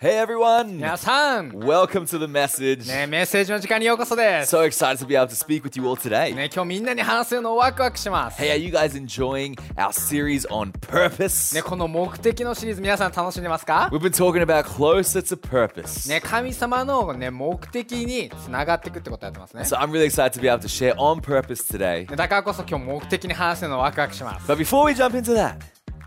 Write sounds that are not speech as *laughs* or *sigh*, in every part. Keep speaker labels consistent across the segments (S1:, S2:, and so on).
S1: Hey everyone!
S2: 皆さん、ね、
S1: Welcome to the message.
S2: メッセージの時間にようこそです、
S1: So excited to be able to speak with you all today.
S2: ね、今日みんなに話すのをワクワクします、
S1: Hey, are you guys enjoying our series on purpose?
S2: ね、この目的のシリーズ皆さん楽しんでますか、
S1: We've been talking about closer to purpose.
S2: ね、神様の、ね、目的につながっていくってことやってますね
S1: So I'm really excited to be able to share on purpose today.
S2: ねだからこそ今日目的に話すのをワクワクします
S1: But before we jump into that,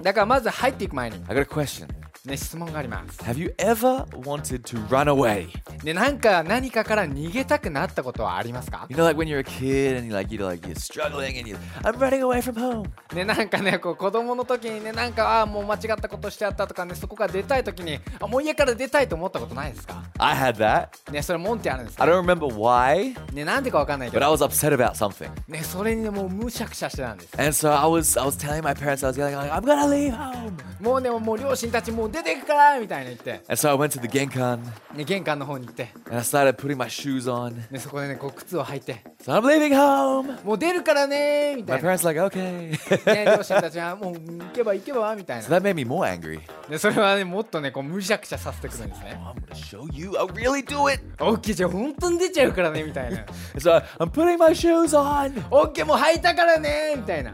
S2: だからまず入っていく前に、
S1: I got a question.
S2: ね、質問があります、
S1: Have you ever wanted to run away?
S2: ね、なんか何かから逃げたくなったことはありますか
S1: You、know, like when you're a kid and you like you're like you're struggling and you I'm running away from home.
S2: ね、なんかねこう子供の時にねなんかああもう間違ったことしちゃったとかねそこから出たい時にあもう家から出たいと思ったことないですか
S1: I had that.
S2: ねそれモンテあるんです
S1: I
S2: か
S1: don't remember why,
S2: ねなんでかわかんないけ
S1: but
S2: ど
S1: I was upset about something.
S2: ね、それにねもうむしゃくしゃしてたんです。
S1: And so I was I was telling my parents I was yelling like I'm gonna leave home.
S2: もうね、もう両親たちもう出てくからみたいな言って、
S1: And so I went to the Genkan
S2: ね、玄関の方に行って、
S1: and I started putting my shoes on.
S2: ね、そこでね、こう靴を履いて、
S1: So I'm leaving home.
S2: もう出るからねみた
S1: My
S2: いな。ね、
S1: parents like okay. *laughs*
S2: 両親たちはもう行けば行けばみたい
S1: so
S2: な。
S1: that made me more angry. "Oh,
S2: ね、それはね、もっとね、こうむしゃくしゃさせてくるんですね。
S1: I'm gonna show you. I'll really do it.
S2: オッケーじゃあ本当に出ちゃうからねみたいな。
S1: And so I- I'm putting my shoes on.
S2: オッケーもう履いたからねみたいな。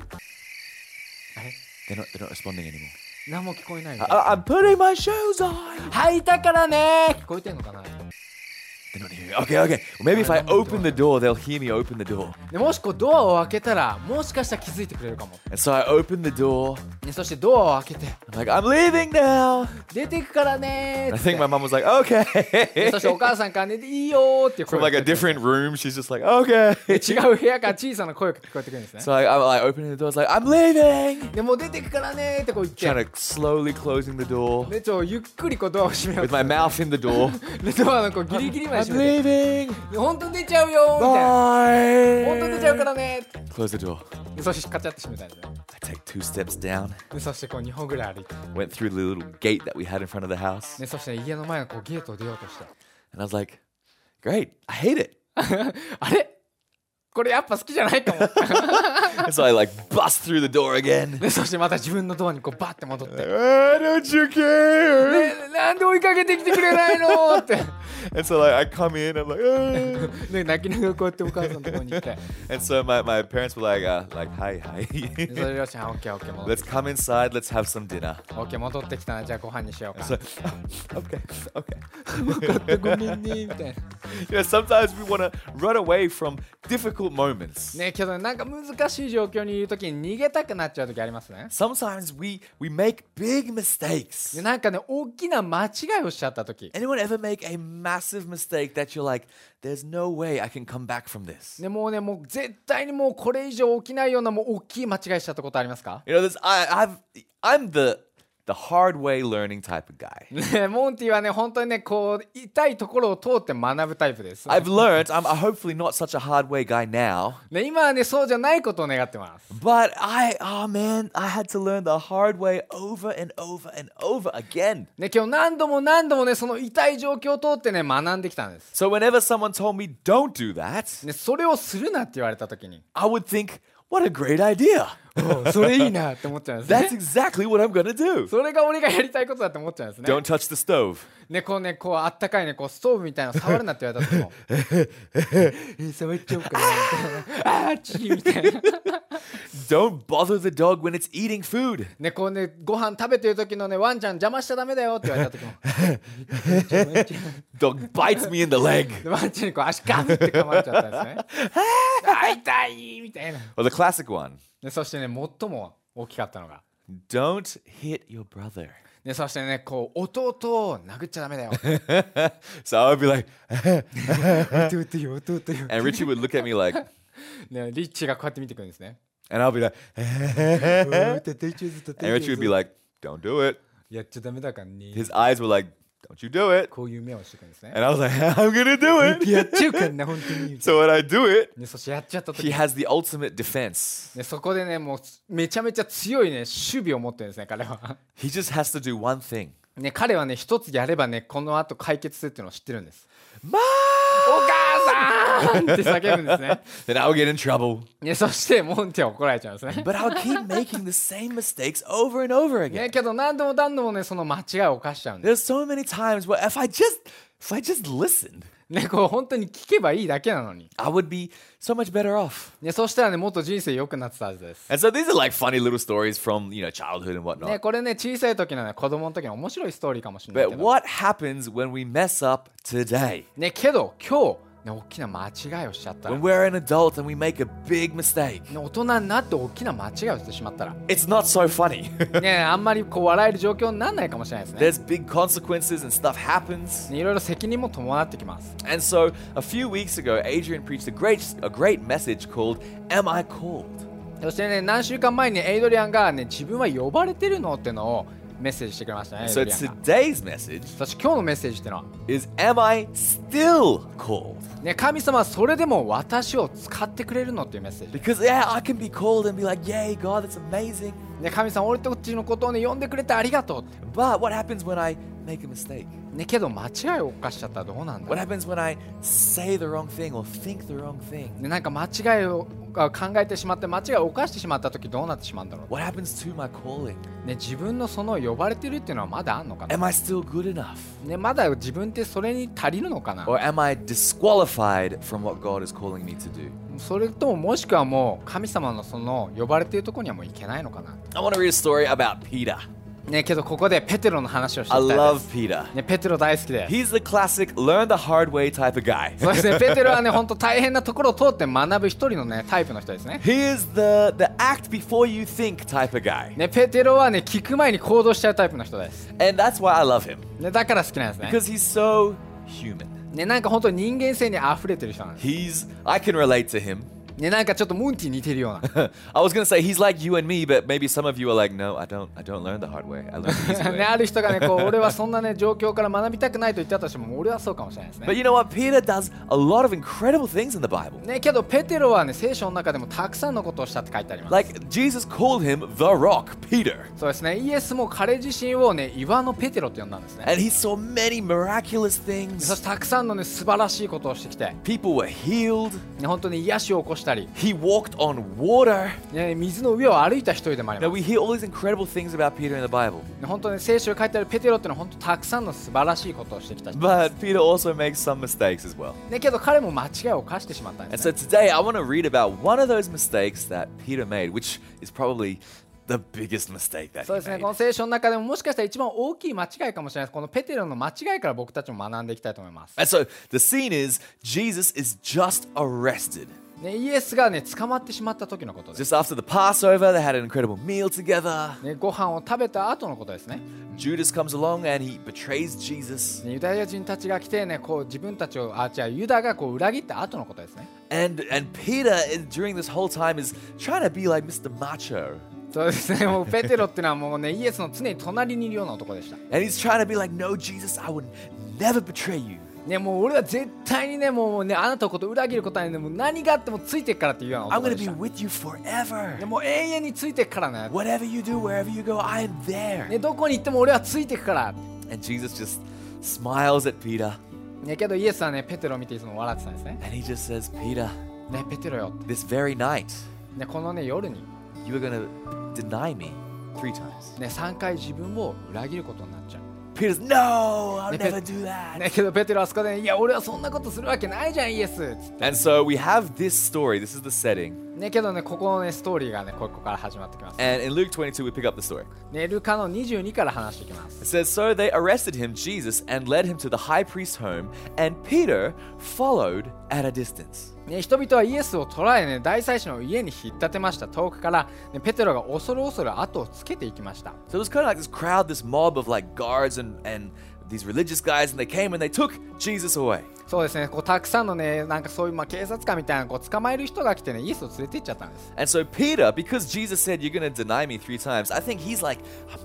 S1: They're not they're not responding anymore.
S2: 何も聞こえないみたいな。
S1: I- I'm putting my shoes on.
S2: 履いたからね聞こえてんのかな
S1: They're not hearing. Okay, okay. Well, maybe if I open the door, they'll hear me open the door.
S2: でもしこうドアを開けたら、もしかしたら気づいてくれるかも。
S1: And so I open the door.
S2: ね、そしてドアを開けて、
S1: I'm like, I'm leaving now.
S2: 出てくからね
S1: And
S2: ー
S1: I
S2: って
S1: think my mom was like, okay.
S2: そしてお母さんからね、いいよーっていう
S1: From
S2: 声
S1: like a
S2: が
S1: different room, she's just like, okay.
S2: 違う部屋から小さな声が聞こえてくるんですね。
S1: So I, I'm like opening the door. It's like, I'm leaving.
S2: でもう出てくからねーってこう言って、
S1: Trying to slowly closing the door
S2: でちょゆっくりこうドアを閉めよう
S1: with
S2: と。
S1: my mouth in the door.
S2: でドアのこうギリギリまで
S1: I'm
S2: 閉めて、
S1: leaving.
S2: で本当に出ちゃうよーみたいな。本当に出ちゃうか
S1: Bye.
S2: らねーって
S1: Close the door.
S2: でそしてカチャって閉めたんですね。
S1: *laughs* I take two steps down.
S2: でそしてこう2歩ぐらい歩いて、
S1: Went through the little gate that we had in front of the house.
S2: でそして家の前のこうゲートを出ようとして、
S1: And I was like, great. I hate it. *laughs*
S2: あれこれやっぱ好きじゃないかも。
S1: And so I like bust through the door again.
S2: でそしてまた自分のドアにこうバッて戻って、ね
S1: Why don't you care?
S2: なんで追いかけてきてくれないのーって。
S1: And so like I come in, I'm like, "Ah."
S2: で泣きながらこうやってお母さんのところに行って。
S1: and so my, my parents were like, uh, like, hi, hi. *laughs*
S2: でそれ両親はオッケーオッケー戻って
S1: let's come inside, let's have some dinner.
S2: オッケー戻ってきたなじゃあご飯にしようか
S1: So, okay, okay.
S2: ごめんねみたいな
S1: You know, sometimes we want to run away from difficult moments.
S2: ねけどなんか難しい状況にいる時に逃げたくなっちゃう時ありますね
S1: Sometimes we we make big mistakes.
S2: でなんかね大きな間違いをしちゃった時
S1: Anyone ever make a massive mistake that you're like, there's no way I can come back from this?
S2: ねもうねもう絶対にもうこれ以上起きないようなもう大きい間違いしちゃったことありますか
S1: You know, this I I've I'm the the hard way learning type of guy.
S2: ねモンティはね本当にねこう痛いところを通って学ぶタイプです
S1: I've learned I'm hopefully not such a hard way guy now,
S2: ね今はねそうじゃないことを願ってます
S1: but I oh man, I had to learn the hard way over and over and over again.
S2: ね今日何度も何度もねその痛い状況を通ってね学んできたんです
S1: So whenever someone told me don't do that,
S2: ねそれをするなって言われた時に
S1: I would think, what a great idea.
S2: *laughs* それいいなって思っちゃうんですね *laughs*
S1: That's exactly what I'm going to do.
S2: それが俺がやりたいことだって思っちゃうんですね。
S1: Don't touch the stove.
S2: ね、こうね、こうあったかいね、こうストーブみたいなの触るなって言われた時 *laughs* も。えー、触っちゃおうかなみたい *laughs* な。あーちーみたいな。
S1: Don't bother the dog when it's eating food.
S2: ね、こうね、ご飯食べてる時のね、ワンちゃん邪魔しちゃダメだよって言われた *laughs* 時も。
S1: Dog bites me in the leg.
S2: でワンちゃんにこう足ガブって噛まれちゃったん *laughs* ですね。あー痛いみたいな。
S1: Or the classic one.
S2: ね、そしてね、最も大きかったのが。
S1: Don't hit your brother.
S2: ね、そしてね、こう弟を殴っちゃダメだよ。
S1: So I would be like,
S2: 弟よ、弟よ。
S1: and Richie would look at me like,
S2: ね、リッチーがこうやって見てくるんですね。
S1: and I'll be like,
S2: うん、弟よ、弟
S1: and Richie would be
S2: よ。
S1: like, don't do it.
S2: やっちゃダメだからね。
S1: His eyes were like Don't you do it.
S2: こういう目をしていくんですね
S1: And I was like, *laughs* I'm going to do it.
S2: やっちゃうからね本当に
S1: *laughs* So when I do it,
S2: ねそしてやっちゃった
S1: he
S2: 時
S1: has the ultimate defense.
S2: ねそこでねもうめちゃめちゃ強いね守備を持ってるんですね彼は
S1: He just has to do one thing.
S2: ね彼はね一つやればねこの後解決するっていうのを知ってるんです
S1: ま
S2: お母さんって叫ぶんです *laughs* ね
S1: Then I'll get in trouble.
S2: ねそしてモンテは怒られちゃうん *laughs* ですね
S1: But I'll keep making the same mistakes over and over
S2: ね
S1: again.
S2: けど何度も何度もねその間違いを犯しちゃうんです
S1: There's so many times where if I just if I just listened,
S2: ねこう本当に聞けばいいだけなのに
S1: I would be so much better off.
S2: ねそしたらねもっと人生良くなってたはずです、
S1: And so these are like funny little stories from, you know, childhood and
S2: ね
S1: whatnot.
S2: これね小さい時のね子供の時の面白いストーリーかもしれないけ
S1: But
S2: ど
S1: what happens when we mess up today?
S2: ねけど今日ね大きな間違いをしちゃったら
S1: When
S2: ね
S1: we're an adult and we make a big mistake.
S2: 大人になって大きな間違いをしてしまったら
S1: It's not so funny. *laughs*
S2: ねあんまりこう笑える状況にならないかもしれないですね
S1: There's big consequences and stuff happens.
S2: ねいろいろ責任も伴ってきます
S1: And so a few weeks ago, Adrian preached a great a great message called Am I Called?
S2: そしてね何週間前にエイドリアンがね自分は呼ばれてるのってのをメッセージしてくれましたねエ
S1: And
S2: イド
S1: so
S2: リアンが
S1: today's message
S2: そして今日のメッセージってのは
S1: is Am I still called?
S2: ね神様はそれでも私を使ってくれるのっていうメッセージ
S1: Because yeah, I can be called and be like, Yay, God, that's amazing.
S2: ね神様俺たちのことをね呼んでくれてありがとうって
S1: But what happens when I make a mistake?
S2: ねけど間違いを犯しちゃったらどうなんだ
S1: What happens when I say the wrong thing or think the wrong thing?
S2: ねなんか間違いをあ考えてしまって間違いを犯してしまった時どうなってしまうんだろ
S1: What happens to my calling?
S2: うね自分のその呼ばれてるっていうのはまだあんのかな
S1: Am I still good enough?
S2: ねまだ自分ってそれに足りるのかな
S1: Or am I disqualified from what God is calling me to do?
S2: それとももしくはもう神様のその呼ばれてるとこにはもういけないのかな
S1: I want to read a story about Peter.
S2: ねけどここでペテロの話をして
S1: I
S2: いきたいです
S1: love Peter.
S2: ねペテロ大好きで
S1: He's the classic learn the hard way type of guy.
S2: そうですねペテロはね本当大変なところを通って学ぶ一人のねタイプの人ですね
S1: He is the the act before you think type of guy.
S2: ねペテロはね聞く前に行動しちゃうタイプの人です、
S1: And that's why I love him
S2: ね、だから好きなんですね
S1: because he's so human.
S2: ねなんか本当に人間性に溢れてる人なんです
S1: He's I can relate to him. *laughs*
S2: ねなんかちょっとムンティに似てるような
S1: I was gonna say he's like you and me, but maybe some of you are like, no, I don't, I don't learn the hard way. I learn the easy
S2: *laughs* ね、あ
S1: way.
S2: る人がね、こう俺はそんなね、状況から学びたくないと言ったとしても、俺はそうかもしれないです
S1: But
S2: ね。
S1: you know what? Peter does a lot of incredible things in the Bible.
S2: ね、けど、ペテロはね、聖書の中でもたくさんのことをしたって書いてあります。
S1: Like Jesus called him the Rock, Peter,
S2: そうですね、イエスも彼自身をね、岩のペテロって呼んだんですね。
S1: and he saw many miraculous
S2: そし
S1: things.
S2: てたくさんのね、素晴らしいことをしてきて、ね、
S1: People were healed.
S2: 本当に癒しを起こしたり、
S1: He walked on water.
S2: ね、水の上を歩いた一人でもあり
S1: Now
S2: ます。
S1: we hear all these incredible things about Peter in the Bible,
S2: ね本当に聖書に書いてあるペテロってのは本当たくさんの素晴らしいことをしてきた人。
S1: but Peter also makes some mistakes as well.
S2: ね、けど彼も間違いを犯してしまったんで
S1: And
S2: す、ね
S1: so。today I want to read about one of those mistakes that Peter made, which is probably the biggest mistake that
S2: そうですね、
S1: he
S2: この
S1: made.
S2: 聖書の中でももしかしたら一番大きい間違いかもしれないです。このペテロの間違いから僕たちも学んでいきたいと思います。
S1: And so the scene is Jesus is just arrested.
S2: ね、イエスがね、捕まってしまった時のことです。
S1: Just after the Passover, they had an incredible meal together.
S2: ね、ご飯を食べた後のことですね。
S1: Judas comes along and he betrays Jesus.
S2: ねユダヤ人たちが来てね、こう自分たちを、あ、じゃユダがこう裏切った後のことですね。
S1: And and Peter is- during this whole time is trying to be like Mr. Macho.
S2: そうですね、 *laughs* もうペテロってのはもうね、イエスの常に隣にいるような男でした。
S1: And he's trying to be like, no, Jesus, I would never betray you.
S2: ね、もう俺は絶対にね、もうね、あなたのことを裏切ることはね、もう何があってもついてっからっていうような
S1: I'm
S2: 男で
S1: gonna
S2: し
S1: be
S2: た。
S1: with you forever.
S2: ね、もう永遠についてっからね。
S1: Whatever you do, wherever you go, I am there.
S2: ね、どこに行っても俺はついてくから。
S1: And Jesus just smiles at Peter
S2: ね、けどイエスはね、ペテロを見ていつも笑ってたんですね。
S1: and he just says, Peter,
S2: ね、ペテロよ。
S1: this very night,
S2: ね、このね、夜に、
S1: you are going to deny me three times.
S2: ね、3回自分を裏切ることになっちゃう。
S1: Peter's, No, I'll
S2: Nip
S1: never
S2: it.
S1: do that.
S2: *laughs* ね、けどペテロはあそこで、いや、俺はそんなことするわけないじゃん、イエスつって
S1: And so we have this story. This is the setting.
S2: ね、けどね、ここのね、ストーリーがね、ここから始まってきます。
S1: And in Luke 22, we pick up the story.
S2: ね、ルカの22から話していきます。
S1: It says, So they arrested him, Jesus, and led him to the high priest's home, and Peter followed at a distance.
S2: ね、人々はイエスを捕らえね、大祭司の家に引っ立てました。遠くから、ね、ペテロが恐る恐る後をつけていきました。
S1: So there's kind of like this crowd, this mob of like guards and, and these religious guys and they came and they took Jesus away.
S2: そうですねこうたくさんのねなんかそういうまあ警察官みたいなこう捕まえる人が来てねイエスを連れて行っちゃったんです
S1: And so Peter, because Jesus said you're going to deny me 3 times, I think he's like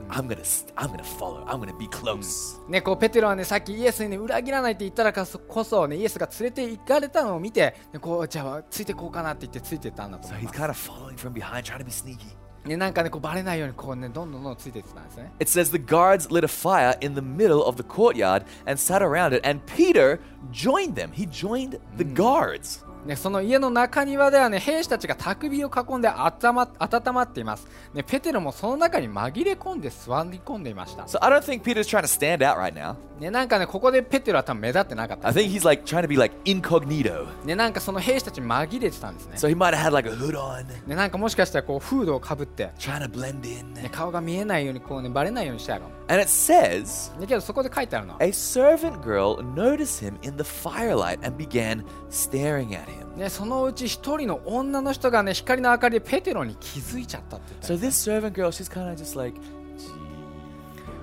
S1: I'm, I'm going to I'm going to follow. I'm going to be close.
S2: ねこうペテロはねさっきイエスにね裏切らないって言ったらこそねイエスが連れて行かれたのを見てねこうじゃあついてこうかなって言ってついてったんだと
S1: So
S2: 思い
S1: he's
S2: ます
S1: kind of following from behind trying to be sneaky.
S2: ねなんかねこうバレないようにこうねどんどんどんどんついていってたんですね
S1: It says the guards lit a fire in the middle of the courtyard and sat around it and Peter joined them. He joined the guards.
S2: ね、その家の中庭ではね兵士たちがたくびを囲んで温ま温まっています、ね、ペテロもその中に紛れ込んで座り込んでいました、
S1: So I don't think Peter's trying to stand out right now.
S2: ね、なんかねここでペテロは多分目立ってなかった
S1: I
S2: で
S1: think he's like trying to be like incognito.
S2: すねなんかその兵士たちに紛れてたんですね
S1: So he might have had like a hood on,
S2: ねなんかもしかしたらこうフードをかぶって、
S1: trying to blend in.
S2: ね、顔が見えないようにこうねバレないようにしてやろう
S1: And it says
S2: だけどそこで書いてあるのは、
S1: a servant girl noticed him in the firelight and began staring at him.
S2: ね、そのうち一人の女の人がね光の明かりでペテロに気づいちゃったって言った
S1: So
S2: の
S1: this servant girl, she's kind of just like, "Gee."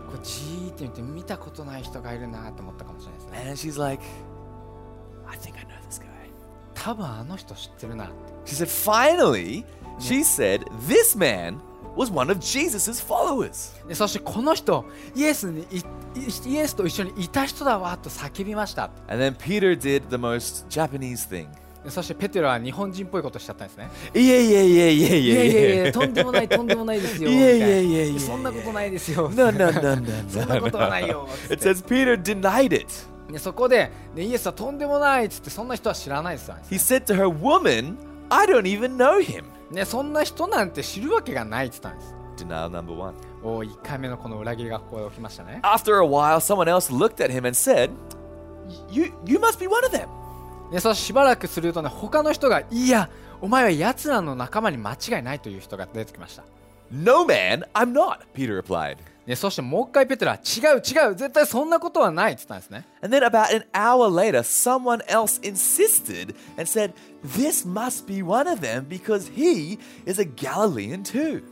S2: こうじーって見て見たことない人がいるなと思ったかもしれないですね
S1: and she's like, I think I know this guy.
S2: 多分あの人知ってるなって
S1: She said, finally, she said, this man was one of Jesus' followers.
S2: でそしてこの人イエスにいいイエスと一緒にいた人だわと叫びました
S1: And then Peter did the most Japanese thing.
S2: でそしてペテロは日本人っぽいことしちゃったんですね
S1: Yeah, yeah, yeah, yeah,
S2: いや
S1: yeah,
S2: い
S1: yeah. *laughs*
S2: やいやとんでもないとんでも *laughs* ないですよ
S1: いやいやいやいや
S2: みたなそんなことないですよ
S1: No, no, no, no, no.
S2: そんなことはないよ
S1: It says Peter denied it.
S2: でそこで、ね、イエスはとんでもないっつってそんな人は知らないですよ
S1: He said to her, Woman, I don't even know him.
S2: ねそんな人なんて知るわけがないっつったんです
S1: Denial number one.
S2: お1回目のこの裏切りがここで起きましたね
S1: After a while, someone else looked at him and said, You you must be one of them.
S2: でそしてしばらくするとね他の人がいやお前は奴らの仲間に間違いないという人が出てきました
S1: No man, I'm not, Peter replied.
S2: でそしてもう一回ペテロは違う違う絶対そんなことはないって言ったんですね
S1: And then about an hour later, someone else insisted and said, This must be one of them because he is a Galilean too.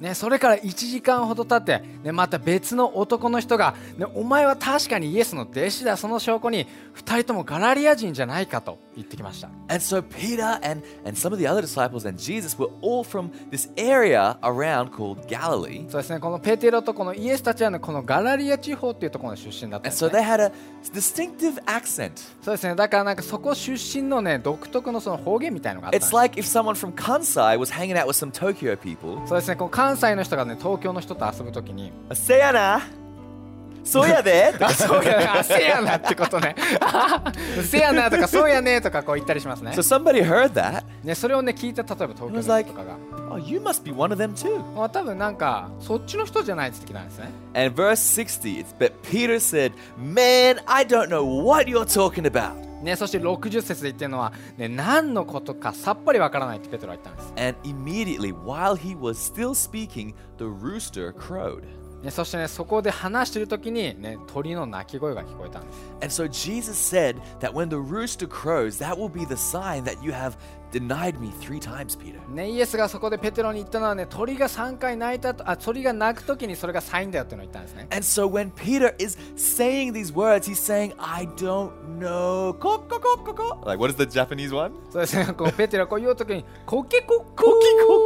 S2: ねそれから1時間ほど経って、ね、また別の男の人が、ね、お前は確かにイエスの弟子だその証拠に2人ともガラリア人じゃないかと言ってきました
S1: And so Peter and, and some of the other disciples and Jesus were all from this area around called Galilee.
S2: そうですねこのペテロとこのイエスたちは、ね、このガラリア地方っていうところの出身だったんで
S1: And so
S2: す、
S1: they
S2: ね、
S1: had a distinctive accent.
S2: そうですねだからなんかそこ出身のね独特のその方言みたいのがあったんで
S1: It's
S2: す
S1: like if someone from Kansai was hanging out with some Tokyo people.
S2: そうですねこう関西の人がね東京の人と遊ぶときに
S1: Sayana! Soya there!
S2: あそうやあせやなってことねせやなとかそうやねとかこう言ったりしますね
S1: So somebody heard that.
S2: ねそれをね聞いた例えば東京
S1: It
S2: の
S1: was
S2: 人
S1: like,
S2: とかが、
S1: oh, you must be one of them too.
S2: まあ、多分なんかそっちの人じゃないって言ってきたんですね
S1: And verse 60, it's but Peter said, Man, I don't know what you're talking about.
S2: ねそして60節で言ってるのは、ね、何のことかさっぱりわからないってペトロは言ったんです、
S1: And immediately, while he was still speaking, the rooster crowed.
S2: ね、そしてねそこで話してる時に、ね、鳥の鳴き声が聞こえたんです
S1: And so Jesus said that when the rooster crows, that will be the sign that you have denied me three times, Peter.
S2: ねイエスがそこでペテロに言ったのはね鳥が3回鳴いたとあ鳥が鳴く時にそれがサインだよっていうのを言ったんですね
S1: And so when Peter is saying these words, he's saying, I don't know. Ko, ko, ko, ko, ko. Like, what is the Japanese one?
S2: そうですねこうペテロはこう言う時にコケコッコ
S1: コケコ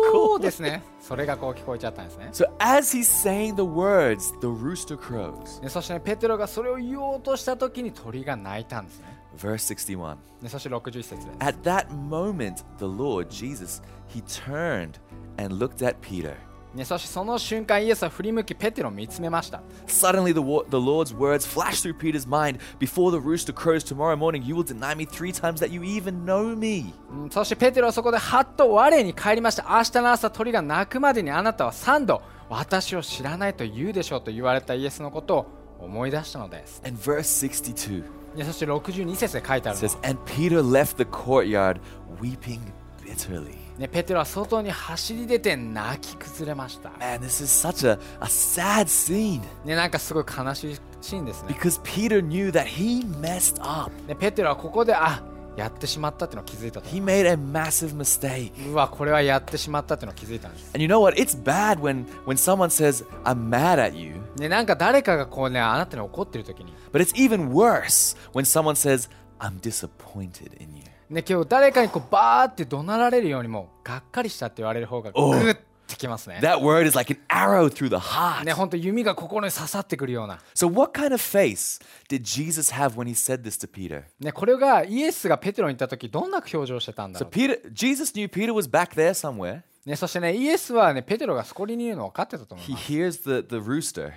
S1: ッコ
S2: ーですねそれがこう聞こえちゃったんですね
S1: So as he's saying the words, the rooster crows.
S2: ねそしてねペテロがそれを言おうとした時に鳥が鳴いたんですね
S1: Verse 61.
S2: ねそして61節です
S1: At that moment, the Lord Jesus, he turned and looked at Peter.
S2: ね、そしてその瞬間イエスは振り向きペテロを見つめました、
S1: Suddenly, the, wo- the Lord's words flashed through Peter's mind Before the rooster crows tomorrow morning, you will deny me three times that you even know me.
S2: うんそしてペテロはそこではっと我に帰りました明日の朝鳥が鳴くまでにあなたは3度私を知らないと言うでしょうと言われたイエスのことを思い出したのです、
S1: And verse 62
S2: ね、そして62節で書いてあるの
S1: says, And Peter left the courtyard weeping bitterly.
S2: ね、ペテロは外に走り出て泣き崩れました、
S1: Man, this is such a, a sad scene
S2: ね、なんかすごい悲しいシーンですね
S1: because Peter knew that he messed up.
S2: ねペテロはここであやってしまったっていうのを気づいたと
S1: He made a massive mistake.
S2: うわこれはやってしまったっていうのを気づいたんです
S1: And you know what? It's bad when, when someone says, I'm mad at you.
S2: ねなんか誰かがこうねあなたに怒ってる時に
S1: But it's even worse when someone says, I'm disappointed in you.
S2: ね今日誰かにこうバーって怒鳴られるよりもがっかりしたって言われる方がグ
S1: おう
S2: ッてきますね
S1: That word is like an arrow through the heart.
S2: ね本当弓が心に刺さってくるような
S1: So, what kind of face did Jesus have when he said this to Peter?
S2: ねこれがイエスがペテロに言った時どんな表情してたんだ
S1: So,
S2: ろ
S1: Peter, Jesus knew Peter was back there somewhere.
S2: うねそしてねイエスはねペテロがそこにいるの分かってたと思い
S1: He
S2: ます
S1: hears the, the rooster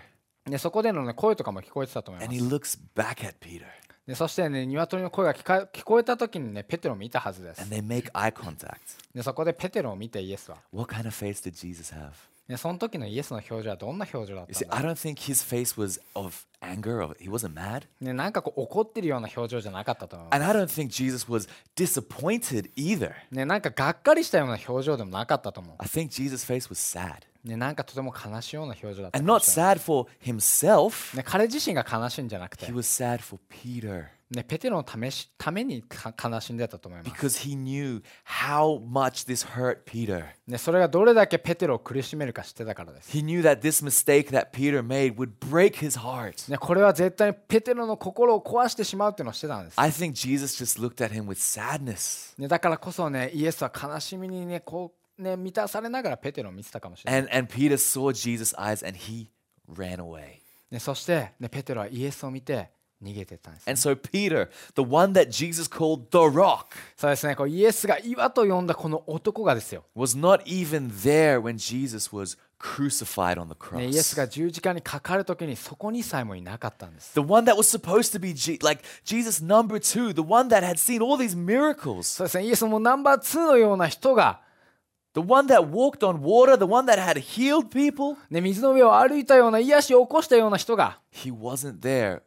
S2: ねそこでのね声とかも聞こえてたと思いま
S1: and
S2: す
S1: he looks back at Peter
S2: ねそしてね鶏の声が聞か聞こえた時にねペテロを見たはずです
S1: and they make eye contact.
S2: ねそこでペテロを見てイエスは
S1: What kind of face did Jesus have?
S2: ねその時のイエスの表情はどんな表情だっ
S1: You
S2: た
S1: see,
S2: んだ
S1: I don't think his face was of anger, or he wasn't mad.
S2: ねなんかこう怒ってるような表情じゃなかったと思います
S1: And I don't think Jesus was disappointed either.
S2: ねなんかがっかりしたような表情でもなかったと思
S1: I think Jesus' face was sad.
S2: うねなんかとても悲しいような表情だった
S1: And
S2: かも
S1: not
S2: しれない
S1: sad for himself,
S2: ね彼自身が悲しいんじゃなくて
S1: he was sad for Peter
S2: ねペテロのためしためにか悲しんでたと思います
S1: because he knew how much this hurt Peter.
S2: ね、それがどれだけペテロを苦しめるか知ってたからです。
S1: He knew that this mistake that Peter made would break his heart.
S2: ね、これは絶対にペテロの心を壊してしまうっていうのをしてたんです。
S1: I think Jesus just looked at him with sadness.
S2: ね、だからこそね、イエスは悲しみにね、こう、ね、満たされながらペテロを見てたかもしれない。
S1: And, and Peter saw Jesus' eyes and he ran away.
S2: ね、そして、ね、ペテロはイエスを見て逃げてったんです。
S1: And so Peter, the one that Jesus called the rock,
S2: そうですね、こうイエスが岩と呼んだこの男がですよ。
S1: was not even there when Jesus was crucified on the
S2: ね、イエス
S1: cross.
S2: が十字架にかかる時にそこにさえもいなかったんです。
S1: The one that was supposed to be Je- like Jesus number 2, the one that had seen all these miracles,
S2: そうですね、イエスもナンバー2のような人が、
S1: the one that walked on water, the one that had healed people,
S2: ね、水の上を歩いたような癒しを起こしたような人が、
S1: he wasn't there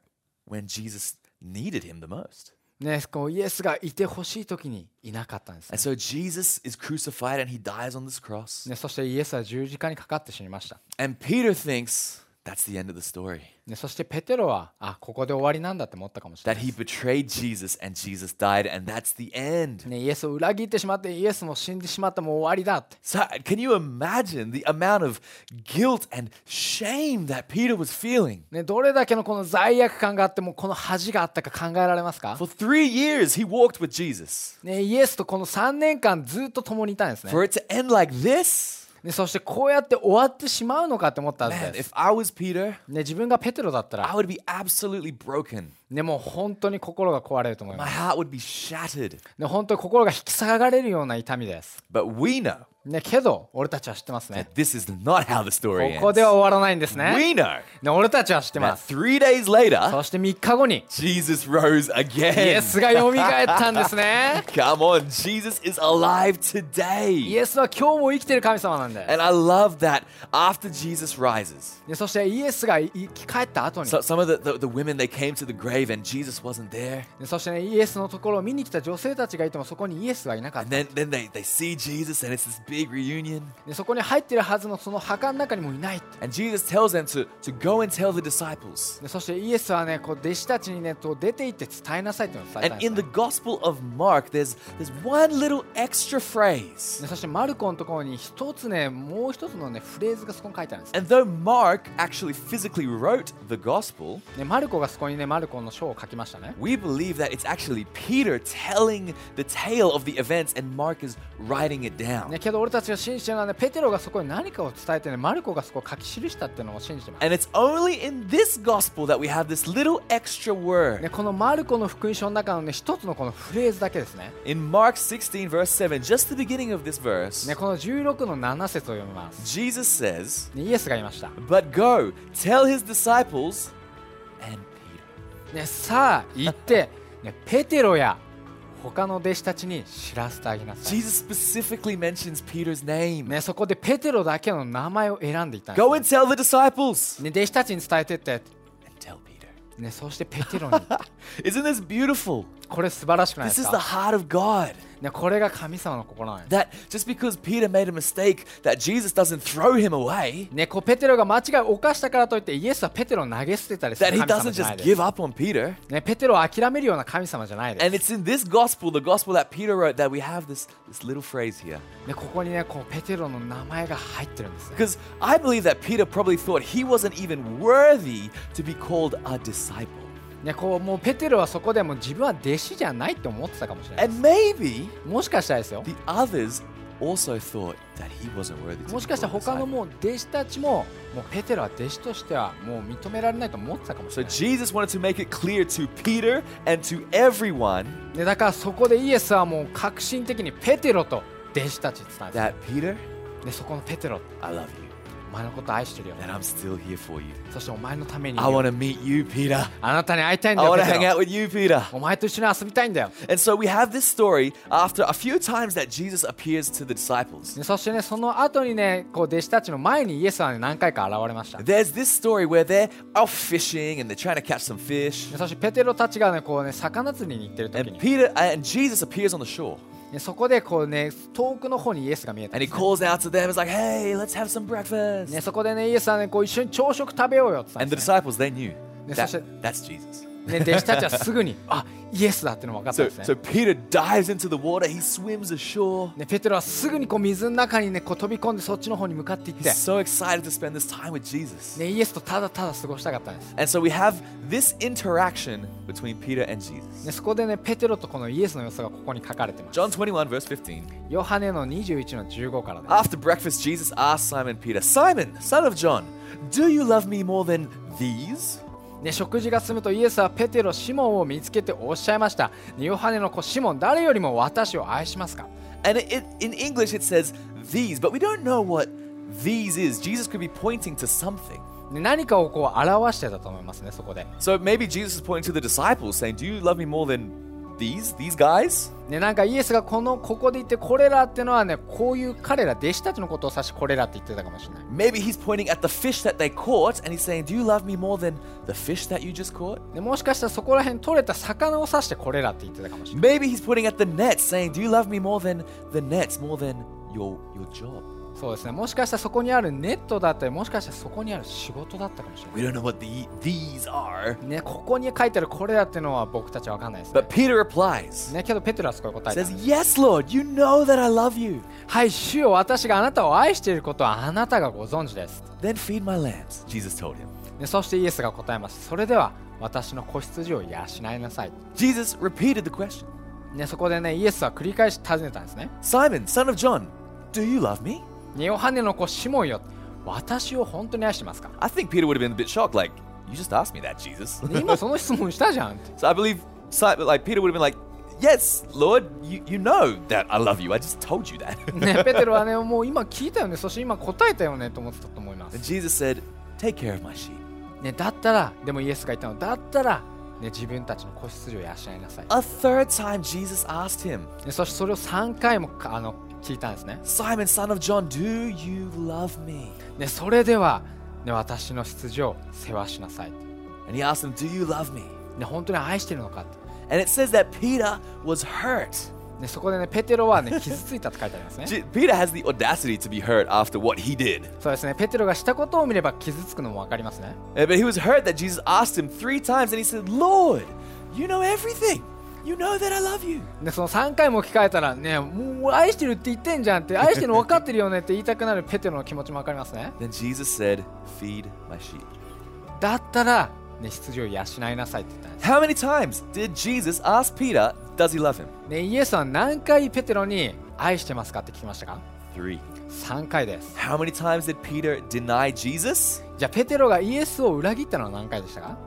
S1: when Jesus needed him the most.
S2: ね、こうイエスがいてほしい時にいなかったんですね、
S1: And so Jesus is crucified and he dies on this cross.
S2: ねそしてイエスは十字架にかかって死にました、
S1: And Peter thinks that's the end of the story.
S2: ね、そしてペテロはあここで終わりなんだって思ったかもしれ
S1: that
S2: ない
S1: he betrayed Jesus and Jesus died, and that's the end.
S2: ね、イエスを裏切ってしまってイエスも死んでしまったもう終わりだって、
S1: So, can you imagine the amount of guilt and shame that Peter was feeling?
S2: ね、どれだけのこの罪悪感があってもうこの恥があったか考えられますか
S1: For、three years, he walked with Jesus.
S2: ね、イエスとこの3年間ずっと共にいたんですね
S1: For it to end like this,
S2: ねそしてこうやって終わってしまうのかって思ったはず
S1: man,
S2: です、
S1: if I was Peter,
S2: ね、自分がペテロだった
S1: I
S2: ら、
S1: would be absolutely broken.
S2: ね、もう本当に心が壊れると思いま
S1: My
S2: す、
S1: heart would be shattered.
S2: ね、本当に心が引き下がれるような痛みです
S1: But we know
S2: ね、けど俺たちは知ってますね。
S1: that this is not how the
S2: こ
S1: story
S2: こ
S1: ends.
S2: では終わらないんですね。
S1: We know
S2: ね、俺たちは知ってま
S1: that
S2: す。
S1: three days later,
S2: そして3日後に
S1: Jesus rose
S2: イエ
S1: again.
S2: スが蘇ったんですね。
S1: Come on, Jesus is alive today.
S2: イエスは今日も生きてる神様なんで。
S1: And I love that after Jesus rises,
S2: ね、そしてイエスがい生き返った後に、
S1: so, some of the, the, the women they came to the grave and Jesus wasn't there.
S2: ねそして、ね、イエスのところを見に来た女性たちがいてもそこにイエスはいなかっ
S1: And
S2: た。
S1: then, then they, they see Jesus and it's this big reunion.
S2: ね、そこに入ってるはずのその墓の中にもいないって。
S1: And Jesus tells them to, to go and tell the disciples.
S2: ね、そしてイエスはね、こう弟子たちにね、と出て行って伝えなさいっていうのを伝えたん
S1: And
S2: です
S1: in
S2: ね、
S1: the Gospel of Mark, there's, there's one little extra
S2: ね
S1: phrase.
S2: そしてマルコのところに一つね、もう一つのね、フレーズがそこに書いてあるんです。
S1: And though Mark actually physically wrote the Gospel,
S2: ね、マルコがそこにね、マルコの書を書きましたね。
S1: we believe that it's actually Peter telling the tale of the events and Mark is writing it down.
S2: ね、けど俺たちが信じてるのはね、ペテロがそこに何かを伝えてね、マルコがそこを書き記したっていうのを信じてます。
S1: And it's only in this gospel that we have this little extra
S2: ね、
S1: word.
S2: このマルコの福音書の中のね、一つのこのフレーズだけですね。
S1: In Mark 16, verse 7, just the beginning of this verse,
S2: ね、この16の7節を読みます。
S1: Jesus says,
S2: ね、イエスが言いました。
S1: But go, tell his disciples and Peter.
S2: ね、さあ、行って、ね、ペテロや他の弟子たちに知らせてあげなさい。
S1: Jesus specifically mentions Peter's name.
S2: ね、そこでペテロだけの名前を選んでいったんです
S1: Go and tell the disciples
S2: ね、弟子たちに伝えてって、
S1: and tell Peter.
S2: ね、そしてペテロに言った。
S1: *laughs* Isn't this beautiful?
S2: これ素晴らしくないで
S1: This
S2: す
S1: is the
S2: か、
S1: heart of God.
S2: ね、これが神様の心なんです
S1: That just because Peter made a mistake, that Jesus doesn't throw him away,
S2: ね、こうペテロが間違いを犯したからといってイエスはペテロを投げ捨てたりす
S1: that
S2: る
S1: he
S2: 神様
S1: doesn't
S2: じゃな
S1: just
S2: いです
S1: give up on Peter.
S2: ね、ペテロを諦めるような神様じゃないです
S1: And it's in this gospel, the gospel that Peter wrote, that we have this, this little phrase here.
S2: ね、ここにねこうペテロの名前が入ってるんですね
S1: Because I believe that Peter probably thought he wasn't even worthy to be called a disciple.
S2: ねこうもうペテロはそこでもう自分は弟子じゃないって思ってたかもしれない
S1: And maybe
S2: もしかしたらですよ
S1: the others also thought that he wasn't worthy to be
S2: もしかしたら
S1: called a
S2: 他の
S1: disciple.
S2: もう弟子たちももうペテロは弟子としてはもう認められないと思ってたかもし
S1: So
S2: れない、
S1: Jesus wanted to make it clear to Peter and to everyone
S2: ね、だからそこでイエスはもう革新的にペテロと弟子たちに伝えた
S1: that Peter,
S2: でそこのペテロ
S1: I love you,
S2: お前のこと愛してるよ
S1: and I'm still here for you.
S2: そしてお前のためにいる
S1: I
S2: よ
S1: want to meet you, Peter.
S2: あなたに会いたいんだ
S1: I
S2: よ
S1: want to
S2: ペ
S1: hang
S2: テロ
S1: out with you, Peter.
S2: お前と一緒に遊びたいんだよ
S1: And so we have this story after a few times that Jesus appears to the disciples.
S2: でそしてねその後にねこう弟子たちの前にイエスは、ね、何回か現れました
S1: There's this story where they're out fishing and they're trying to catch some fish.
S2: でそしてペテロたちがねこうね魚釣りに行ってる時
S1: And
S2: に
S1: Peter uh, and Jesus appears on the shore
S2: でそこでこうね遠くの方にイエスが見えたん
S1: and
S2: で
S1: he
S2: すね
S1: calls out to them. He's like, "Hey, let's have some breakfast."
S2: ねそこでねイエスはねこう一緒に朝食食べようよって言
S1: And
S2: っ
S1: the
S2: たんですね
S1: disciples they knew
S2: Yes,
S1: that,
S2: I said-
S1: that's Jesus.
S2: ね弟子たちはすぐに *laughs* あイエスだってのが分かったん
S1: So,
S2: です
S1: so
S2: ね
S1: Peter dives into the water. He swims ashore.
S2: ねペテロはすぐにこう水の中にねこう飛び込んでそっちの方に向かっていって
S1: He's so excited to spend this time with Jesus.
S2: ねイエスとただただ過ごしたかったんです
S1: And so we have this interaction between Peter and Jesus.
S2: ねそこでねペテロとこのイエスの様子がここに書かれてます
S1: John 21, verse 15.
S2: ヨハネの21の15からです
S1: After breakfast, Jesus asked Simon Peter, Simon, son of John, do you love me more than these?
S2: ね、食事が済むとイエスはペテロ、シモンを見つけておっしゃいました。ねヨハネの子シモン、誰よりも私を愛しますか
S1: And it, it, in English, it says these, but we don't know what these is. Jesus could be pointing to something.
S2: ね何かをこう表してたと思いますね、そこで。
S1: So maybe Jesus is pointing to the disciples, saying, Do you love me more than these, these guys?
S2: ね、なんかイエスがこのここで言ってこれらってのはね、こういう彼ら、弟子たちのことを指しこれらって言ってたかもしれない。
S1: Maybe he's pointing at the fish that they caught, and he's saying, Do you love me more than the fish that you just caught?
S2: ね、もしかしたらそこら辺取れた魚を指してこれらって言ってたかもしれない。
S1: Maybe he's pointing at the nets, saying, Do you love me more than the nets, more than your, your job?
S2: そうですね、もしかしたらそこにあるネットだったり、もしかしたらそこにある仕事だったかもしれ
S1: We
S2: な
S1: don't know what the, these are.
S2: い。ね、ここに書いてあるこれらってのは僕たちは分かんないです、ね
S1: But。Peter replies,
S2: ね、けどペテロはそこに答えたん
S1: says,
S2: です。
S1: Yes, Lord, you know that I love you.
S2: はい、主よ私があなたを愛していることはあなたがご存知です。
S1: Then feed my lambs, Jesus told him.
S2: でそしてイエスが答えます。それでは私の子羊を養いなさい。
S1: Jesus repeated the question
S2: ね、そこでね、イエスは繰り返し尋ねたんですね。
S1: Simon, son of John, do you love me?
S2: ねヨハネの子シモンよ、私を本当に愛してますか
S1: I think Peter would have been a bit shocked, like, You just asked me that, Jesus. *laughs*
S2: ね今その質問したじゃん。
S1: so I believe Simon, like Peter would have been like, Yes, Lord, you, you know that I love you. I just told you that. *laughs*
S2: ね、ペテロはね、もう今聞いたよね、そして今答えたよねと思ってたと思いま
S1: and
S2: す。
S1: Jesus said, Take care of my sheep.
S2: ね、だったら、でもイエスが言ったの、だったら、ね、自分たちの子羊を養いなさい。
S1: A third time, Jesus asked him,
S2: ねそしてそれを3回もかあの聞いたんですね。
S1: Simon, son of John, do you love me?
S2: ね、それでは、ね、私の羊を世話しなさい、
S1: And he asked him, Do you love me?
S2: ね、本当に愛してるのかって、
S1: And it says that Peter was hurt.
S2: ね、そこでねペテロはね傷ついたって書いてあり
S1: *laughs*
S2: ますね
S1: Je- Peter has the audacity to be hurt after what he did.
S2: そうですねペテロがしたことを見れば傷つくのも分かりますね
S1: Uh, But he was hurt that Jesus asked him three times and he said, Lord, you know everything. You know that I love you.
S2: でその3回も聞かれたらねもう愛してるって言ってんじゃんって愛してるの分かってるよねって言いたくなるペテロの気持ちも分かりますね
S1: Then Jesus said, Feed my sheep.
S2: だったら、ね、羊を養いなさいって言ったんです、
S1: How many times did Jesus ask Peter, Does he love him?
S2: ね、イエスは何回ペテロに愛してますかって聞きましたか
S1: Three.
S2: 3回です。
S1: How many times did Peter deny Jesus?
S2: じゃあペテロがイエスを裏切ったのは何回でしたか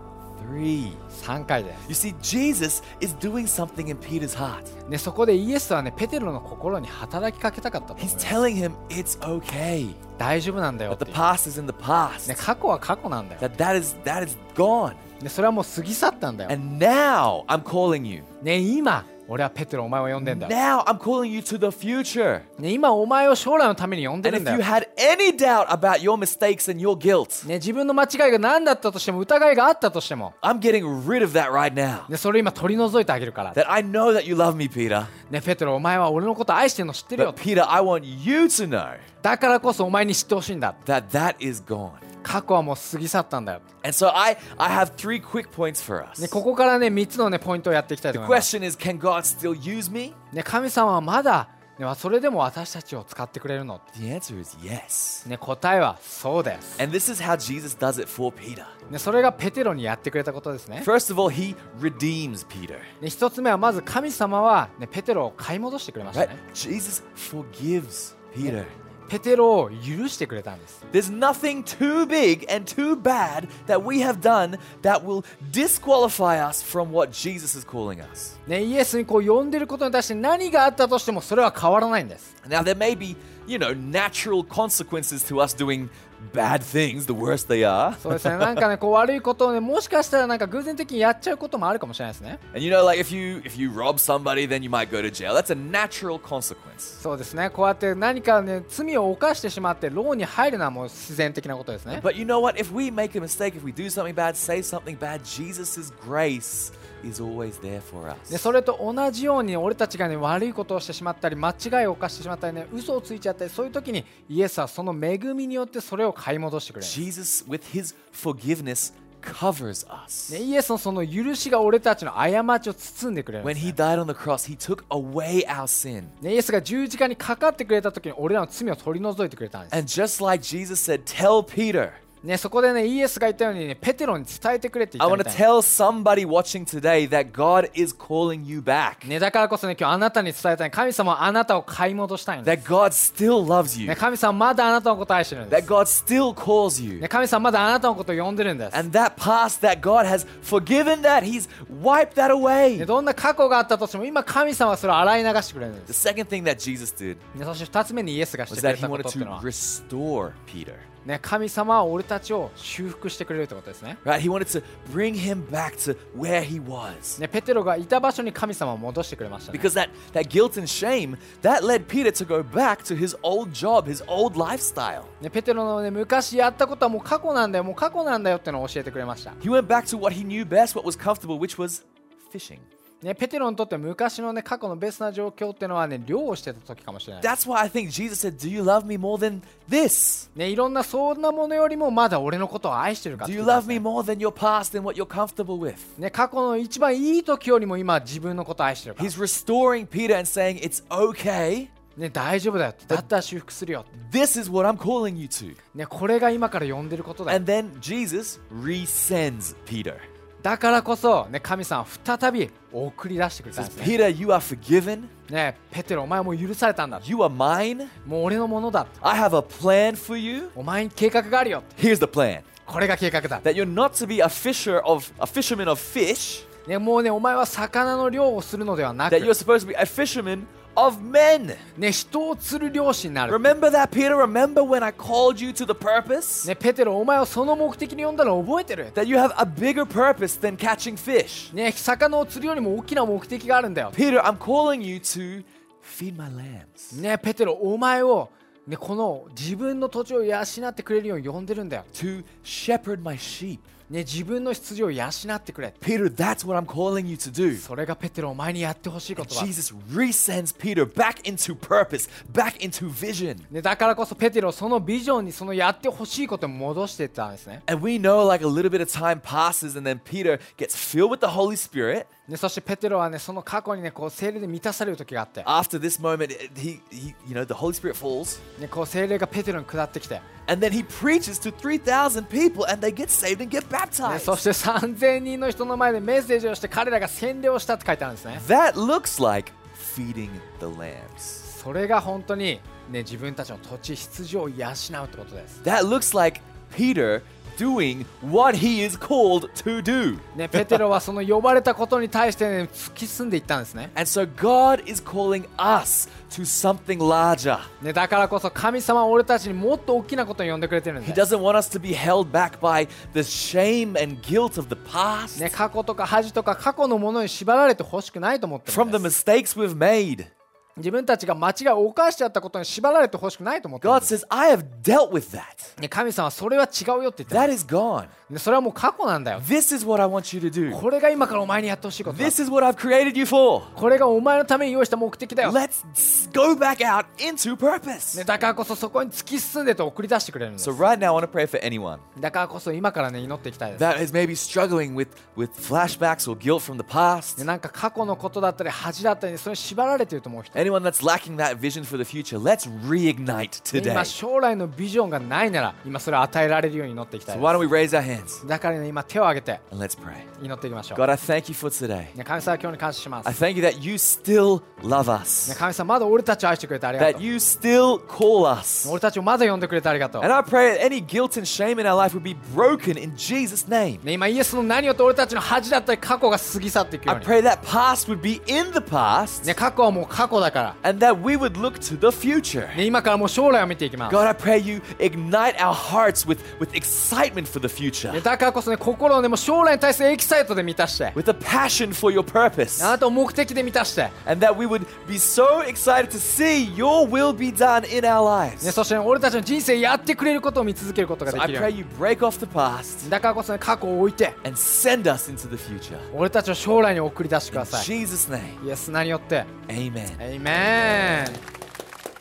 S1: Three.
S2: ?3 回です。
S1: You see, Jesus is doing something in Peter's heart.
S2: ね、そこでイエスはね、ペテロの心に働きかけたかったと思い
S1: He's
S2: ます。
S1: telling him it's okay
S2: 大丈夫なんだよっ
S1: that the
S2: ていう。
S1: past is in the
S2: ね、
S1: past.
S2: 過去は過去なんだよ。
S1: That that is that is gone.
S2: ね、それはもう過ぎ去ったんだよ。
S1: And now I'm calling you
S2: ね、今、俺はペテロお前を呼んでんだよ、
S1: Now I'm calling you to the future.
S2: ね、今お前を将来のために呼んで
S1: And
S2: るん
S1: if
S2: だ
S1: you
S2: よ、
S1: had any doubt about your mistakes and your guilt,
S2: ね、自分の間違いが何だったとしても疑いがあったとしても、
S1: I'm getting rid of that right now.
S2: ね、それを今取り除いてあげるから、
S1: That I know that you love me, Peter.
S2: ね、ペテロお前は俺のこと愛してるの知ってるよ
S1: But Peter, I want you to know
S2: だからこそお前に知ってほしいんだ
S1: that that is gone.
S2: 過去はもう過ぎ去ったんだよ、
S1: And so I, I have three quick points for us.
S2: ね、ここからね3つのねポイントをやっていきたいと
S1: The
S2: 思います、
S1: question is can God still use me?
S2: ね、神様はまだ、ね、それでも私たちを使ってくれるの、
S1: The answer is yes.
S2: ね、答えはそうです、
S1: And this is how Jesus does it for Peter.
S2: ね、それがペテロにやってくれたことですね
S1: First of all, he redeems Peter.
S2: で一つ目はまず神様は、ね、ペテロを買い戻してくれましたね
S1: Right? Jesus forgives Peter.
S2: ペテロを許してくれたんです
S1: There's nothing too big and too bad that we have done that will disqualify us from what Jesus is calling us.
S2: ね、イエスにこう呼んでることに対して何があったとしてもそれは変わらないんです
S1: Now, there may be, you know, natural consequences to us doing bad things, the worse they are.
S2: そうですねなんかねこう悪いことをねもしかしたらなんか偶然的にやっちゃうこともあるかもしれないですね
S1: And you know, like if you if you rob somebody, then you might go to jail. That's a natural consequence.
S2: そうですねこうやって何かね罪を犯してしまって牢に入るのはもう自然的なことですね
S1: But you know what? If we make a mistake, if we do something bad, say something bad, Jesus' grace is always there for
S2: で
S1: us.
S2: それと同じように俺たちがね悪いことをしてしまったり間違いを犯してしまったりね嘘をついちゃったりそういう時にイエスはその恵みによってそれを買い戻してくれる
S1: Jesus, with his forgiveness, covers us.
S2: ね、イエスのその許しが俺たちの過ちを包んでくれるんで
S1: When
S2: すね、
S1: he died on the cross, he took away our sin.
S2: ねイエスが十字架にかかってくれた時に俺らの罪を取り除いてくれたんです、
S1: And just like Jesus said, tell Peter.
S2: ね、そこでねイエスが言ったようにねペテロに伝えてくれって言
S1: I
S2: ったみ
S1: want to
S2: たいな
S1: tell somebody watching today that God is calling you back.
S2: ね、だからこそね今日あなたに伝えたい神様はあなたを買い戻したいんで
S1: That
S2: す、
S1: God still loves you.
S2: ね、神様はまだあなたのことを愛してるんで
S1: That
S2: す、
S1: God still calls you.
S2: ね、神様はまだあなたのことを呼んでるんです、
S1: And that past that God has forgiven that, He's wiped that
S2: ね、
S1: away.
S2: どんな過去があったとしても今神様はそれを洗い流してくれるんで
S1: The
S2: す、
S1: second thing that Jesus did
S2: ね、そして2つ目にイエスがして
S1: was
S2: くれ
S1: that He
S2: たこと
S1: wanted
S2: っていうの
S1: to
S2: は、
S1: restore Peter.
S2: ね、神様は俺たちを修復してくれるってことですね
S1: Right? He wanted to bring him back to where he was.
S2: ね、ペテロがいた場所に神様を戻してくれました、ね。
S1: Because that, that guilt and shame, that led Peter to go back to his old job, his old lifestyle.
S2: ね、ペテロの、ね、昔やったことはもう過去なんだよ、もう過去なんだよってのを教えてくれました。
S1: He went back to what he knew best, what was comfortable, which was fishing.
S2: ね、ペテロにとって昔の、ね、過去のベストな状況ってのはね、漁をしてた時かもしれない。
S1: That's why I think Jesus said, Do you love me more than this?
S2: ね、いろんなそんなものよりもまだ俺のことを愛してるから
S1: Do
S2: って言
S1: you
S2: ったん
S1: love
S2: ですね
S1: me more than your past and what you're comfortable with?
S2: ね、過去の一番いい時よりも今自分のことを愛してるから、
S1: He's restoring Peter and saying, It's okay.
S2: ね、大丈夫だよってだったら修復するよって、
S1: This is what I'm calling you to.
S2: ね、これが今から呼んでることだよ
S1: And then Jesus resends Peter.
S2: だからこそ、ね、神様は再び送り出してくれたん
S1: Says,
S2: ですね
S1: Peter, you are forgiven.
S2: ねペテロお前はもう許されたんだ
S1: You are mine.
S2: もう俺のものだ
S1: I have a plan for you.
S2: お前に計画があるよ
S1: Here's the plan
S2: これが計画だ、
S1: that you're not to be a fisher of a fisherman of fish,
S2: ね、もうねお前は魚の漁をするのではなく
S1: that you're supposed to be a fisherman of men.
S2: ね人を釣る漁師になる、
S1: Remember that, Peter? Remember when I called you to the purpose?
S2: ね、ペテロお前をその目的に呼んだのを覚えてる
S1: That you have a bigger purpose than catching fish.
S2: ね魚を釣るよりも大きな目的があるんだよ
S1: Peter, I'm calling you to feed my lambs,
S2: ねペテロお前をねこの自分の土地を養ってくれるように呼んでるんだよ
S1: to shepherd my sheep.
S2: ね自分の羊を養ってくれ
S1: Peter, that's what I'm calling you to do.
S2: それがペテロお前にやってほしいことだ
S1: Jesus resends Peter back into purpose, back into vision.
S2: ね、だからこそペテロをそのビジョンにそのやってほしいことに戻していったんですね
S1: And we know like a little bit of time passes and then Peter gets filled with the Holy Spirit.
S2: ねそしてペテロはねその過去にねこう精霊で満たされる時があって
S1: After this moment, it- he, he you know, the Holy Spirit falls
S2: ね、こう精霊がペテロに下ってきて、ね
S1: and then he preaches to 3,000 people and they get saved and get baptized.
S2: そして3000人の人の前でメッセージをして彼らが洗礼をしたって書いてあるんですね
S1: That looks like feeding the lambs.
S2: それが本当に、ね、自分たちの土地羊を養うってことです
S1: That looks like Peter doing what he is called to do.
S2: ね、ペテロはその呼ばれたことに対して、ね、突き進んでいったんですね
S1: And so God is calling us to something larger.
S2: ねだからこそ神様は俺たちにもっと大きなことを呼んでくれてるん
S1: He
S2: だよ、
S1: doesn't want us to be held back by the shame and guilt of the past,
S2: ね、過去とか恥とか過去のものに縛られてほしくないと思ってる
S1: from
S2: ん
S1: the
S2: です
S1: mistakes we've made.
S2: 自分たちが間違いを犯しちゃったことに縛られてほしくないと思ってるん
S1: God
S2: です
S1: says, I have dealt with that.
S2: ね神様はそれは違うよって言ってる
S1: That is gone.
S2: ねそれはもう過去なんだよ
S1: This is what I want you to do.
S2: これが今からお前にやってほしいことだ
S1: This is what I've created you for.
S2: これがお前のために用意した目的だよ、ね、
S1: Let's s- go back out into purpose.
S2: だからこそそこに突き進んでと送り出してくれるんです
S1: So right now I want to pray for anyone
S2: だからこそ今からね祈っていきたいです
S1: that is maybe struggling with, with flashbacks or guilt from the past.
S2: ねなんか過去のことだったり恥だったりにそれに縛られてると思う人
S1: Anyone that's lacking that vision for the future, let's reignite
S2: ね
S1: today.
S2: 今将来のビジョンがないなら今それを与えられるように祈っていきたい
S1: So
S2: で
S1: why
S2: す
S1: don't we raise our hands
S2: だからね今手を挙げて
S1: and let's pray.
S2: 祈っていきましょう
S1: God, I thank you for today.
S2: ね神様今日に感謝しま
S1: I
S2: す
S1: thank you that you still love
S2: ね
S1: us,
S2: 神様まだ俺たちを愛してくれてありがと
S1: that
S2: う
S1: you still call us.
S2: 俺たちをまだ呼んでくれてありがとう
S1: And I pray that any guilt and shame in our life would be broken in Jesus' name.
S2: ね今イエスの何よって俺たちの恥だったり過去が過ぎ去っていくよ
S1: I
S2: うに
S1: pray that past would be in the past
S2: ね過去はもう過去だか
S1: and that we would look to the future.
S2: らね今からもう将来を見ていきます
S1: God, I pray you ignite our hearts with, with excitement for the
S2: ね
S1: future,
S2: だからこそね心をねもう将来に対するエキサイトで満たして
S1: with a passion for your purpose,
S2: あなたを目的で満たして、ね、
S1: and that we would be so excited to see your will be done in our lives.
S2: そして、ね、俺たちの人生やってくれることを見続けることが
S1: So
S2: で
S1: I
S2: きるよう
S1: pray
S2: に
S1: you break off the past
S2: だからこそね過去を置いて
S1: and send us into the future.
S2: 俺たちを将来に送り出してく
S1: In
S2: ださい
S1: Jesus' name,
S2: イエス何よって。
S1: amen.
S2: エイメン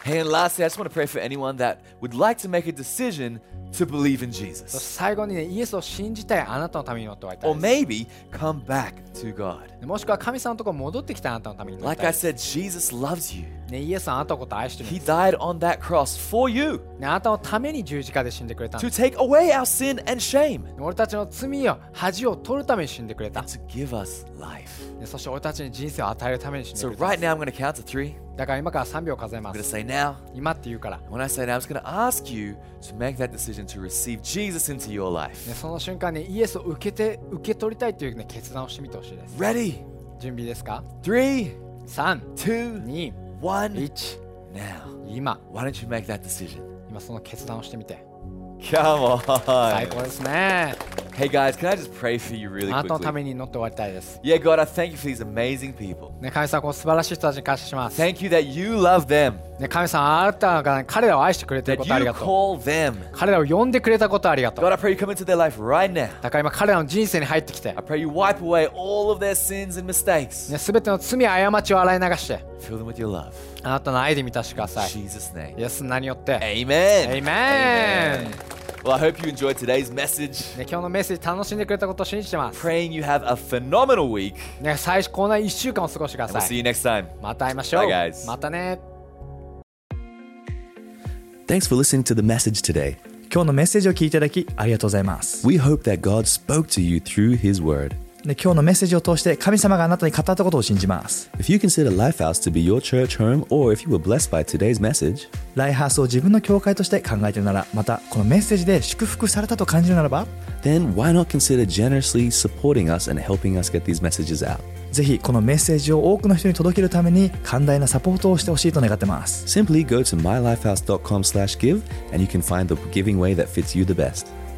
S1: Hey, and lastly, I just want to pray for anyone that would like to make a decision to believe in
S2: そして
S1: Jesus
S2: 最後にねイエスを信じたいあなたのために祈っておいた
S1: or
S2: いで
S1: maybe come back to God.
S2: すもしくは神様のところに戻ってきたあなたのために祈り
S1: Like
S2: た
S1: I
S2: いです
S1: said, Jesus loves you.
S2: ねイエスはあなたのことを愛してるん
S1: He
S2: です、
S1: died on that cross for you
S2: ね、あなたのために十字架で死んでくれたんで
S1: to
S2: す
S1: take away our sin and shame
S2: 俺たちの罪を恥を取るために死んでくれた
S1: and、to give us life.
S2: ねそして俺たちに人生を与えるために死んで
S1: So
S2: くれたんで
S1: right
S2: す
S1: now I'm going to count to 3.
S2: だから今から3秒数え
S1: I'm
S2: ま
S1: going to
S2: す
S1: say now.
S2: 今って言うから、ね
S1: When I say now, I'm just going to ask you to make that decision to receive Jesus into your life.
S2: その瞬間にイエスを受けて受け取りたいという、ね、決断をしてみてほしいです
S1: Ready?
S2: 準備ですか
S1: Three, two,
S2: 321
S1: one. Now,
S2: 今
S1: why don't you make that decision?
S2: 今その決断をしてみて
S1: Come on.
S2: 最高ですね
S1: Hey guys, can I just pray for you
S2: あ
S1: really
S2: なたのた
S1: quickly?
S2: めに祈って終わりたいです
S1: Yeah, God, I thank you for these amazing people.
S2: ね神様この素晴らしい人たちに感謝します
S1: Thank you that you love them,
S2: ね神様あなたが彼らを愛してくれてる
S1: that
S2: ことあり
S1: you
S2: がとう
S1: call them.
S2: 彼らを呼んでくれたことありがとう
S1: God, I pray you come into their life right now.
S2: だから今彼らの人生に入ってきて
S1: I pray you wipe away all of their sins and mistakes.
S2: ね全ての罪過ちを洗い流して
S1: Fill them with your love.
S2: あなたの愛で満たしてください
S1: In Jesus'
S2: イ
S1: name.
S2: エス何よって
S1: Amen.
S2: Amen.
S1: Well, I hope you enjoyed today's message.
S2: ね、今日のメッセージ楽しんでくれたことを信じてます。
S1: Praying you have a phenomenal week.
S2: ね、最初こんな1週間を過ごしてくだ
S1: And we'll
S2: さい。
S1: see you next time.
S2: また会いましょう
S1: Bye, guys.。
S2: またね。
S3: Thanks for listening to the message today.
S4: 今日のメッセージを聞いていただきありがとうございます
S3: We hope that God spoke to you through His Word.
S4: で今日のメッセージを通して神様があなたに語ったことを信じます
S3: If you consider Lifehouse to be your church home, or if you were blessed by today's message,
S4: ライハースを自分の教会として考えているならまたこのメッセージで祝福されたと感じるならば
S3: then why not consider generously supporting us and helping us get these messages out?
S4: ぜひこのメッセージを多くの人に届けるために寛大なサポートをしてほしいと願ってます
S3: Simply go to mylifehouse.com/give, and you can find the giving way that fits you the best.